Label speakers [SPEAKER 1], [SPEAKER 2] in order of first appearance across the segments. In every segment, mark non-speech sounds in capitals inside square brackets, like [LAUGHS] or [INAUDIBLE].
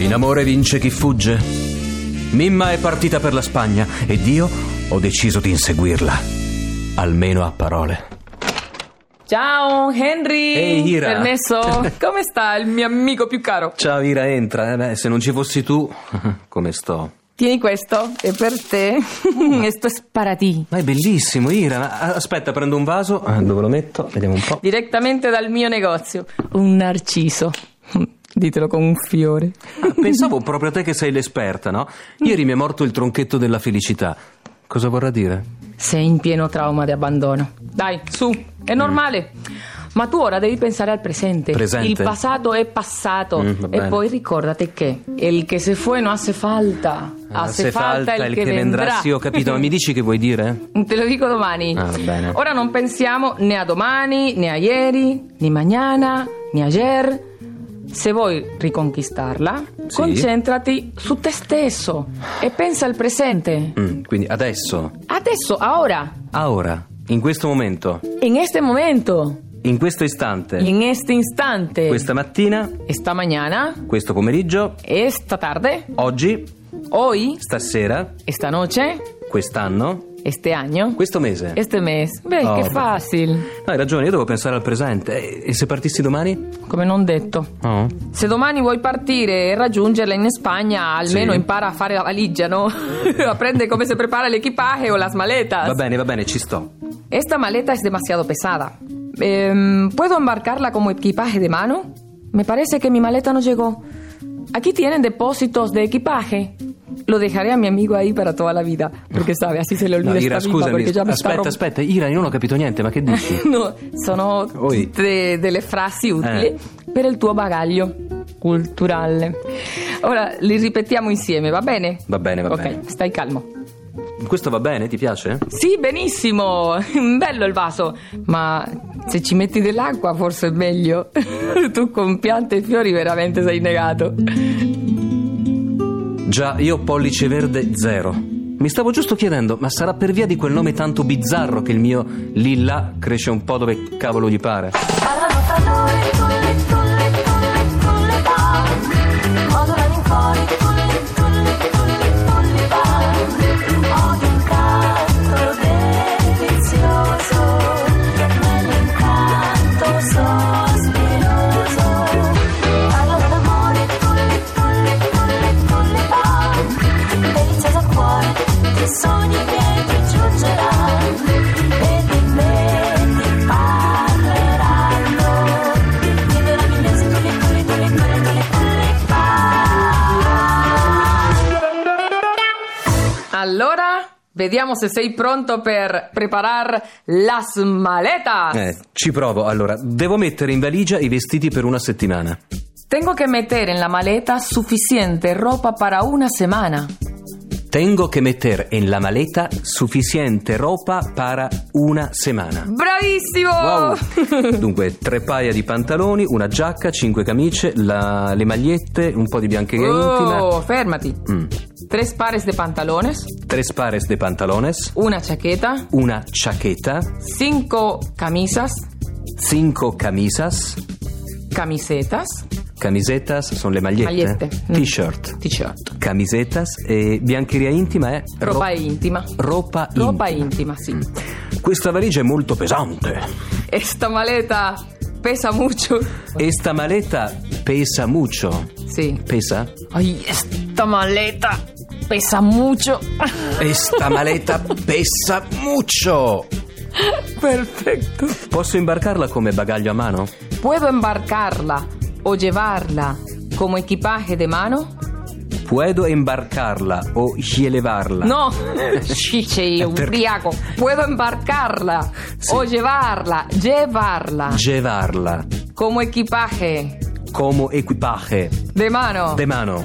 [SPEAKER 1] In amore vince chi fugge. Mimma è partita per la Spagna ed io ho deciso di inseguirla. Almeno a parole.
[SPEAKER 2] Ciao Henry!
[SPEAKER 1] Ehi, Ira.
[SPEAKER 2] Permesso? Come sta il mio amico più caro?
[SPEAKER 1] Ciao Ira, entra. Eh beh, se non ci fossi tu, [LAUGHS] come sto?
[SPEAKER 2] Tieni questo, è per [LAUGHS] te. Questo è para ti.
[SPEAKER 1] Ma è bellissimo, Ira. Ma- a- Aspetta, prendo un vaso. Ah, Dove lo metto? Vediamo un po'.
[SPEAKER 2] Direttamente dal mio negozio. Un narciso. Ditelo con un fiore.
[SPEAKER 1] Ah, pensavo proprio a te che sei l'esperta, no? Ieri mi è morto il tronchetto della felicità. Cosa vorrà dire?
[SPEAKER 2] Sei in pieno trauma di abbandono. Dai, su,
[SPEAKER 1] Mm.
[SPEAKER 2] è normale. Ma tu ora devi pensare al presente.
[SPEAKER 1] Presente?
[SPEAKER 2] Il passato è passato.
[SPEAKER 1] Mm, va
[SPEAKER 2] e
[SPEAKER 1] bene.
[SPEAKER 2] poi ricordate che il che se fue non hace falta. Hace
[SPEAKER 1] Eh, Ah, se
[SPEAKER 2] falta, il che, vendrà. Mm,
[SPEAKER 1] Sì, ho capito, ma mi dici che vuoi dire?
[SPEAKER 2] Te lo dico domani.
[SPEAKER 1] Ah, va bene.
[SPEAKER 2] Ora non pensiamo né a domani, né a ieri, né mañana, né ayer. Se vuoi riconquistarla,
[SPEAKER 1] Sì.
[SPEAKER 2] concentrati su te stesso e pensa al presente.
[SPEAKER 1] [LAUGHS] Mm, quindi adesso,
[SPEAKER 2] Adesso, ahora,
[SPEAKER 1] a ora, in questo momento,
[SPEAKER 2] en este momento,
[SPEAKER 1] in questo istante,
[SPEAKER 2] en este instante,
[SPEAKER 1] questa mattina,
[SPEAKER 2] esta mañana,
[SPEAKER 1] questo pomeriggio,
[SPEAKER 2] esta tarde,
[SPEAKER 1] oggi,
[SPEAKER 2] hoy,
[SPEAKER 1] stasera,
[SPEAKER 2] esta noche,
[SPEAKER 1] quest'anno,
[SPEAKER 2] este año,
[SPEAKER 1] questo mese.
[SPEAKER 2] este mes. Beh,
[SPEAKER 1] Oh,
[SPEAKER 2] che
[SPEAKER 1] beh.
[SPEAKER 2] facile,
[SPEAKER 1] No, hai ragione, io devo pensare al presente. E, e se partissi domani?
[SPEAKER 2] come non detto.
[SPEAKER 1] No.
[SPEAKER 2] Se domani vuoi partire e raggiungerla in Spagna, almeno
[SPEAKER 1] Sì.
[SPEAKER 2] impara a fare la valigia, ¿no? [LAUGHS] Aprende cómo se prepara el equipaje o las maletas.
[SPEAKER 1] Va bene, va bene, ci sto.
[SPEAKER 2] Esta maleta es demasiado pesada. Em, ¿Puedo embarcarla como equipaje de mano? Me parece que mi maleta no llegó. Aquí tienen depósitos de equipaje. Lo dejaré a mi amigo ahí para toda la vida, porque sabe, así se le olvida
[SPEAKER 1] No,
[SPEAKER 2] esta
[SPEAKER 1] Ira,
[SPEAKER 2] pipa,
[SPEAKER 1] scusami,
[SPEAKER 2] porque ya me está
[SPEAKER 1] aspetta,
[SPEAKER 2] romp-
[SPEAKER 1] aspetta, Ira, io non ho capito niente, ma che [LAUGHS] dici?
[SPEAKER 2] [LAUGHS] No, sono
[SPEAKER 1] Oi.
[SPEAKER 2] tutte delle frasi utili
[SPEAKER 1] Eh.
[SPEAKER 2] per il tuo bagaglio culturale. Ora li ripetiamo insieme, va bene?
[SPEAKER 1] Va bene, va
[SPEAKER 2] ok,
[SPEAKER 1] bene.
[SPEAKER 2] stai calmo.
[SPEAKER 1] Questo va bene, ti piace?
[SPEAKER 2] Sì, benissimo, [LAUGHS] bello il vaso, ma se ci metti dell'acqua forse è meglio. [LAUGHS] tu con piante e fiori veramente sei negato.
[SPEAKER 1] Già, io pollice verde zero. Mi stavo giusto chiedendo, ma sarà per via di quel nome tanto bizzarro che il mio Lilla cresce un po' dove cavolo gli pare?
[SPEAKER 3] Parlano fra loro i tulli, tulli, tulli, tulli bar. Modo malinconico, tulli, tulli, tulli, tulli bar. Odio un canto delizioso, nell'incanto sospinoso. Parlano d'amore, tulli, tulli, tulli, tulli bar. Delizioso al cuore, ti sogni miei ti giungerà. E di me ti parleranno. Di meravigliose tulli, tulli, tulli, tulli, tulli, tulli bar.
[SPEAKER 2] Allora, vediamo se sei pronto per preparare las maletas.
[SPEAKER 1] Eh, ci provo. Allora, devo mettere in valigia i vestiti per una settimana.
[SPEAKER 2] Tengo que meter en la maleta suficiente ropa para una semana.
[SPEAKER 1] Tengo che mettere in la maleta sufficiente roba para una semana.
[SPEAKER 2] ¡Bravísimo! [LAUGHS]
[SPEAKER 1] Wow! Dunque, tre paia di pantaloni, una giacca, cinque camicie, la- le magliette, un po' di biancheria intima.
[SPEAKER 2] Oh, férmate.
[SPEAKER 1] Mm.
[SPEAKER 2] Tres pares de pantalones,
[SPEAKER 1] Tres pares de pantalones,
[SPEAKER 2] una chaqueta,
[SPEAKER 1] una chaqueta,
[SPEAKER 2] cinco camisas,
[SPEAKER 1] cinco camisas.
[SPEAKER 2] camisetas,
[SPEAKER 1] Camisetas sono le magliette. eh.
[SPEAKER 2] Magliette. Mm.
[SPEAKER 1] T-shirt.
[SPEAKER 2] t-shirt,
[SPEAKER 1] Camisetas e biancheria intima è ro-
[SPEAKER 2] ropa íntima.
[SPEAKER 1] ropa
[SPEAKER 2] Ropa
[SPEAKER 1] intima.
[SPEAKER 2] íntima, Mm. sí.
[SPEAKER 1] Questa valigia è molto pesante.
[SPEAKER 2] Esta maleta pesa mucho.
[SPEAKER 1] Esta maleta pesa mucho.
[SPEAKER 2] Sí.
[SPEAKER 1] Pesa?
[SPEAKER 2] Ay, esta maleta pesa mucho.
[SPEAKER 1] Esta maleta pesa mucho.
[SPEAKER 2] [LAUGHS] Perfecto.
[SPEAKER 1] Posso imbarcarla come bagaglio a mano?
[SPEAKER 2] ¿Puedo embarcarla o llevarla como equipaje de mano?
[SPEAKER 1] Puedo embarcarla o llevarla.
[SPEAKER 2] [LAUGHS] No, chiche, un
[SPEAKER 1] Per-
[SPEAKER 2] briaco. Puedo embarcarla
[SPEAKER 1] Sì.
[SPEAKER 2] o llevarla, llevarla
[SPEAKER 1] Llevarla
[SPEAKER 2] como equipaje
[SPEAKER 1] como equipaje
[SPEAKER 2] de mano. [LAUGHS]
[SPEAKER 1] de mano.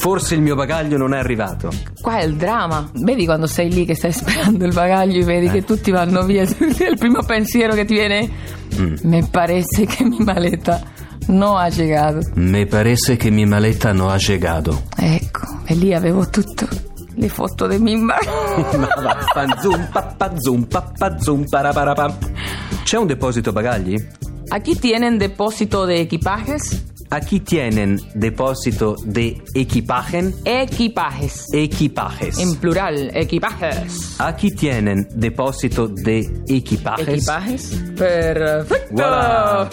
[SPEAKER 1] Forse il mio bagaglio non è arrivato.
[SPEAKER 2] Qua è il dramma. Vedi quando sei lì che stai sperando il bagaglio e vedi
[SPEAKER 1] Eh.
[SPEAKER 2] che tutti vanno via. [LAUGHS] il primo pensiero che ti viene.
[SPEAKER 1] Mm.
[SPEAKER 2] Me parece che mi maleta no ha llegado.
[SPEAKER 1] Me parece che mi maleta no ha llegado.
[SPEAKER 2] Ecco, e lì avevo tutto. Le foto
[SPEAKER 1] [LAUGHS]
[SPEAKER 2] di Mimma.
[SPEAKER 1] Ma vaffanzum, pappazum, pappazum, paraparapam. C'è un deposito bagagli?
[SPEAKER 2] Aquí tienen depósito de equipajes.
[SPEAKER 1] A chi tienen deposito de equipagen?
[SPEAKER 2] Equipajes.
[SPEAKER 1] Equipajes.
[SPEAKER 2] En plural, equipajes.
[SPEAKER 1] A chi tienen deposito de equipajes?
[SPEAKER 2] Equipajes. Perfetto.
[SPEAKER 1] Voilà.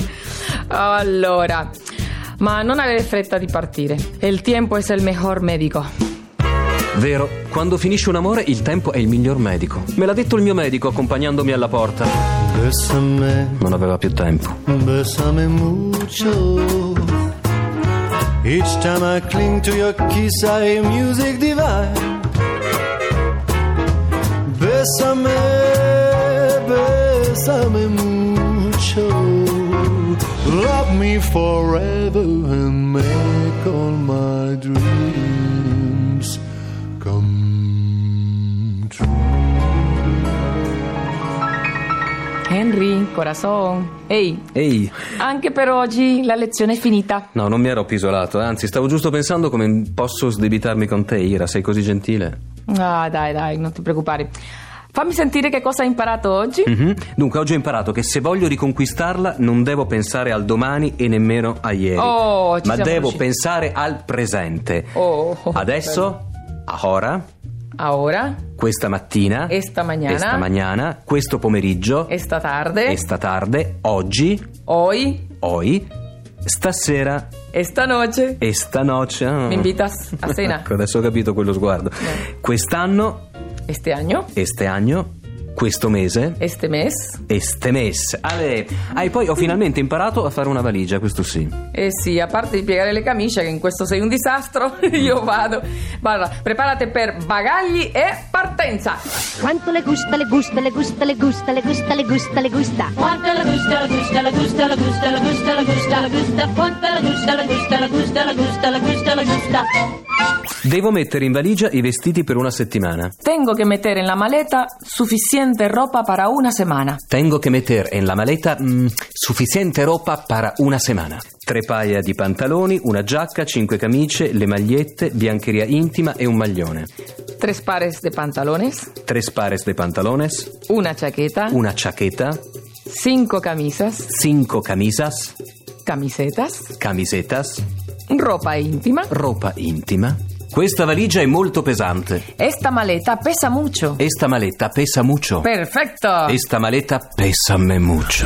[SPEAKER 2] Allora, ma non avere fretta di partire. Il tempo è il miglior medico.
[SPEAKER 1] Vero, quando finisce un amore il tempo è il miglior medico. Me l'ha detto il mio medico accompagnandomi alla porta.
[SPEAKER 4] Bésame,
[SPEAKER 1] Non aveva più tempo.
[SPEAKER 4] bésame mucho. Each time I cling to your kiss, I hear music divine. Bésame, bésame mucho. Love me forever and make all my dreams come true.
[SPEAKER 2] Henry, corazon. Ehi,
[SPEAKER 1] Ehi,
[SPEAKER 2] anche per oggi la lezione è finita.
[SPEAKER 1] no, non mi ero pisolato, anzi, stavo giusto pensando come posso sdebitarmi con te, Ira, sei così gentile.
[SPEAKER 2] Ah, dai, dai, non ti preoccupare. Fammi sentire che cosa hai imparato oggi.
[SPEAKER 1] Mhm. Dunque, oggi ho imparato che se voglio riconquistarla non devo pensare al domani e nemmeno a ieri.
[SPEAKER 2] Oh, ci
[SPEAKER 1] ma
[SPEAKER 2] siamo
[SPEAKER 1] devo
[SPEAKER 2] riusciti.
[SPEAKER 1] pensare al presente.
[SPEAKER 2] Oh, oh,
[SPEAKER 1] Adesso, ora,
[SPEAKER 2] Ora,
[SPEAKER 1] questa mattina,
[SPEAKER 2] Esta mañana.
[SPEAKER 1] esta mañana, questo pomeriggio,
[SPEAKER 2] esta tarde,
[SPEAKER 1] esta tarde, oggi,
[SPEAKER 2] hoy,
[SPEAKER 1] hoy, stasera,
[SPEAKER 2] esta noche.
[SPEAKER 1] esta noche.
[SPEAKER 2] Mi invitas
[SPEAKER 1] [LAUGHS]
[SPEAKER 2] a cena Eh.
[SPEAKER 1] Ecco, adesso ho capito quello sguardo. Quest'anno,
[SPEAKER 2] este año,
[SPEAKER 1] este año, questo mese,
[SPEAKER 2] este mes.
[SPEAKER 1] Estemesse. Ale. Ah, e poi ho finalmente imparato a fare una valigia, questo sì.
[SPEAKER 2] Eh sì, a parte di piegare le camicie, che in questo sei un disastro, [LAUGHS] io vado. Guarda, preparate per bagagli e partenza.
[SPEAKER 5] Quanto le gusta, le gusta, le gusta, le gusta, le gusta, le gusta, le gusta.
[SPEAKER 6] Quanto la gusta, la gusta, la gusta, la gusta, la gusta, la gusta, la gusta, quanto la gusta, la gusta, la gusta, la gusta, la gusta, la gusta.
[SPEAKER 1] Devo mettere in valigia i vestiti per una settimana.
[SPEAKER 2] Tengo che mettere nella maleta sufficiente ropa per una settimana.
[SPEAKER 1] Tengo che mettere in la maleta mm, sufficiente roba per una settimana. Tre paia di pantaloni, una giacca, cinque camicie, le magliette, biancheria intima e un maglione.
[SPEAKER 2] Tres pares de pantalones,
[SPEAKER 1] Tres pares de pantalones,
[SPEAKER 2] una chaqueta,
[SPEAKER 1] una chaqueta,
[SPEAKER 2] cinco camisas,
[SPEAKER 1] cinco camisas,
[SPEAKER 2] camisetas,
[SPEAKER 1] camisetas,
[SPEAKER 2] ropa íntima.
[SPEAKER 1] roba intima. Questa valigia è molto pesante.
[SPEAKER 2] Esta maleta pesa mucho.
[SPEAKER 1] Esta maletta pesa mucho.
[SPEAKER 2] Perfecto.
[SPEAKER 1] Esta maleta pesame mucho.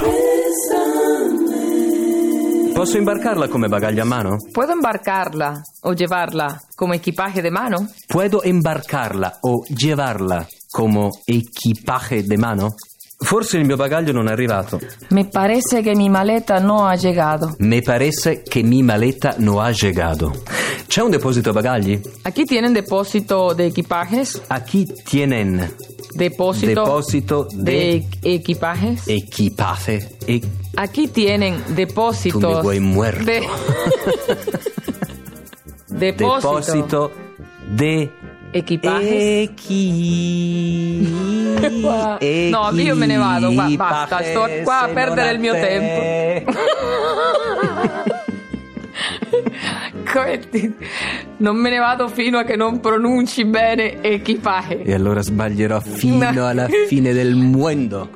[SPEAKER 1] Posso imbarcarla come bagaglio a mano?
[SPEAKER 2] ¿Puedo embarcarla o llevarla como equipaje de mano?
[SPEAKER 1] Puedo embarcarla o llevarla come equipaje de mano? Forse il mio bagaglio non è arrivato.
[SPEAKER 2] Me parece que mi maleta no ha llegado.
[SPEAKER 1] Me parece che mi maletta no ha llegado. C'è un deposito bagagli?
[SPEAKER 2] Aquí tienen depósito de equipajes,
[SPEAKER 1] A chi tienen
[SPEAKER 2] depósito,
[SPEAKER 1] Depósito de- Eh.
[SPEAKER 2] de equipajes.
[SPEAKER 1] equipaje? E-
[SPEAKER 2] Aquí tienen depósitos.
[SPEAKER 1] Tu me vuoi muerto.
[SPEAKER 2] de- [LAUGHS] depósito,
[SPEAKER 1] deposito de
[SPEAKER 2] equipajes. Qua- No, io me ne vado, qua- basta, sto qua a perdere il mio
[SPEAKER 1] tempo.
[SPEAKER 2] [LAUGHS] Questi- Non me ne vado fino a che non pronunci bene equipaje
[SPEAKER 1] [LAUGHS] E allora sbaglierò fino alla fine del mondo.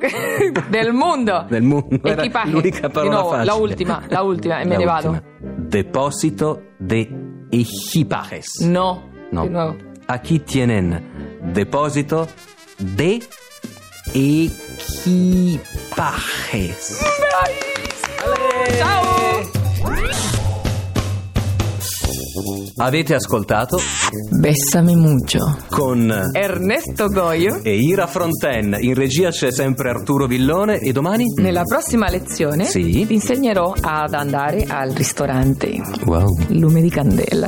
[SPEAKER 2] del mondo.
[SPEAKER 1] Del mondo. Era
[SPEAKER 2] Equipaje.
[SPEAKER 1] l'unica parola
[SPEAKER 2] Di nuovo,
[SPEAKER 1] facile.
[SPEAKER 2] la ultima, la ultima e me
[SPEAKER 1] La
[SPEAKER 2] ne
[SPEAKER 1] ultima.
[SPEAKER 2] vado.
[SPEAKER 1] Deposito de equipajes.
[SPEAKER 2] No.
[SPEAKER 1] No.
[SPEAKER 2] Di nuovo.
[SPEAKER 1] Aquí tienen depósito de equipajes.
[SPEAKER 2] Ciao.
[SPEAKER 1] Avete ascoltato
[SPEAKER 2] Bessami mucho.
[SPEAKER 1] con
[SPEAKER 2] Ernesto Goyo.
[SPEAKER 1] e Ira Fronten. In regia c'è sempre Arturo Villone e domani?
[SPEAKER 2] Nella prossima lezione
[SPEAKER 1] Sì.
[SPEAKER 2] ti insegnerò ad andare al ristorante
[SPEAKER 1] Wow.
[SPEAKER 2] Lume di Candela.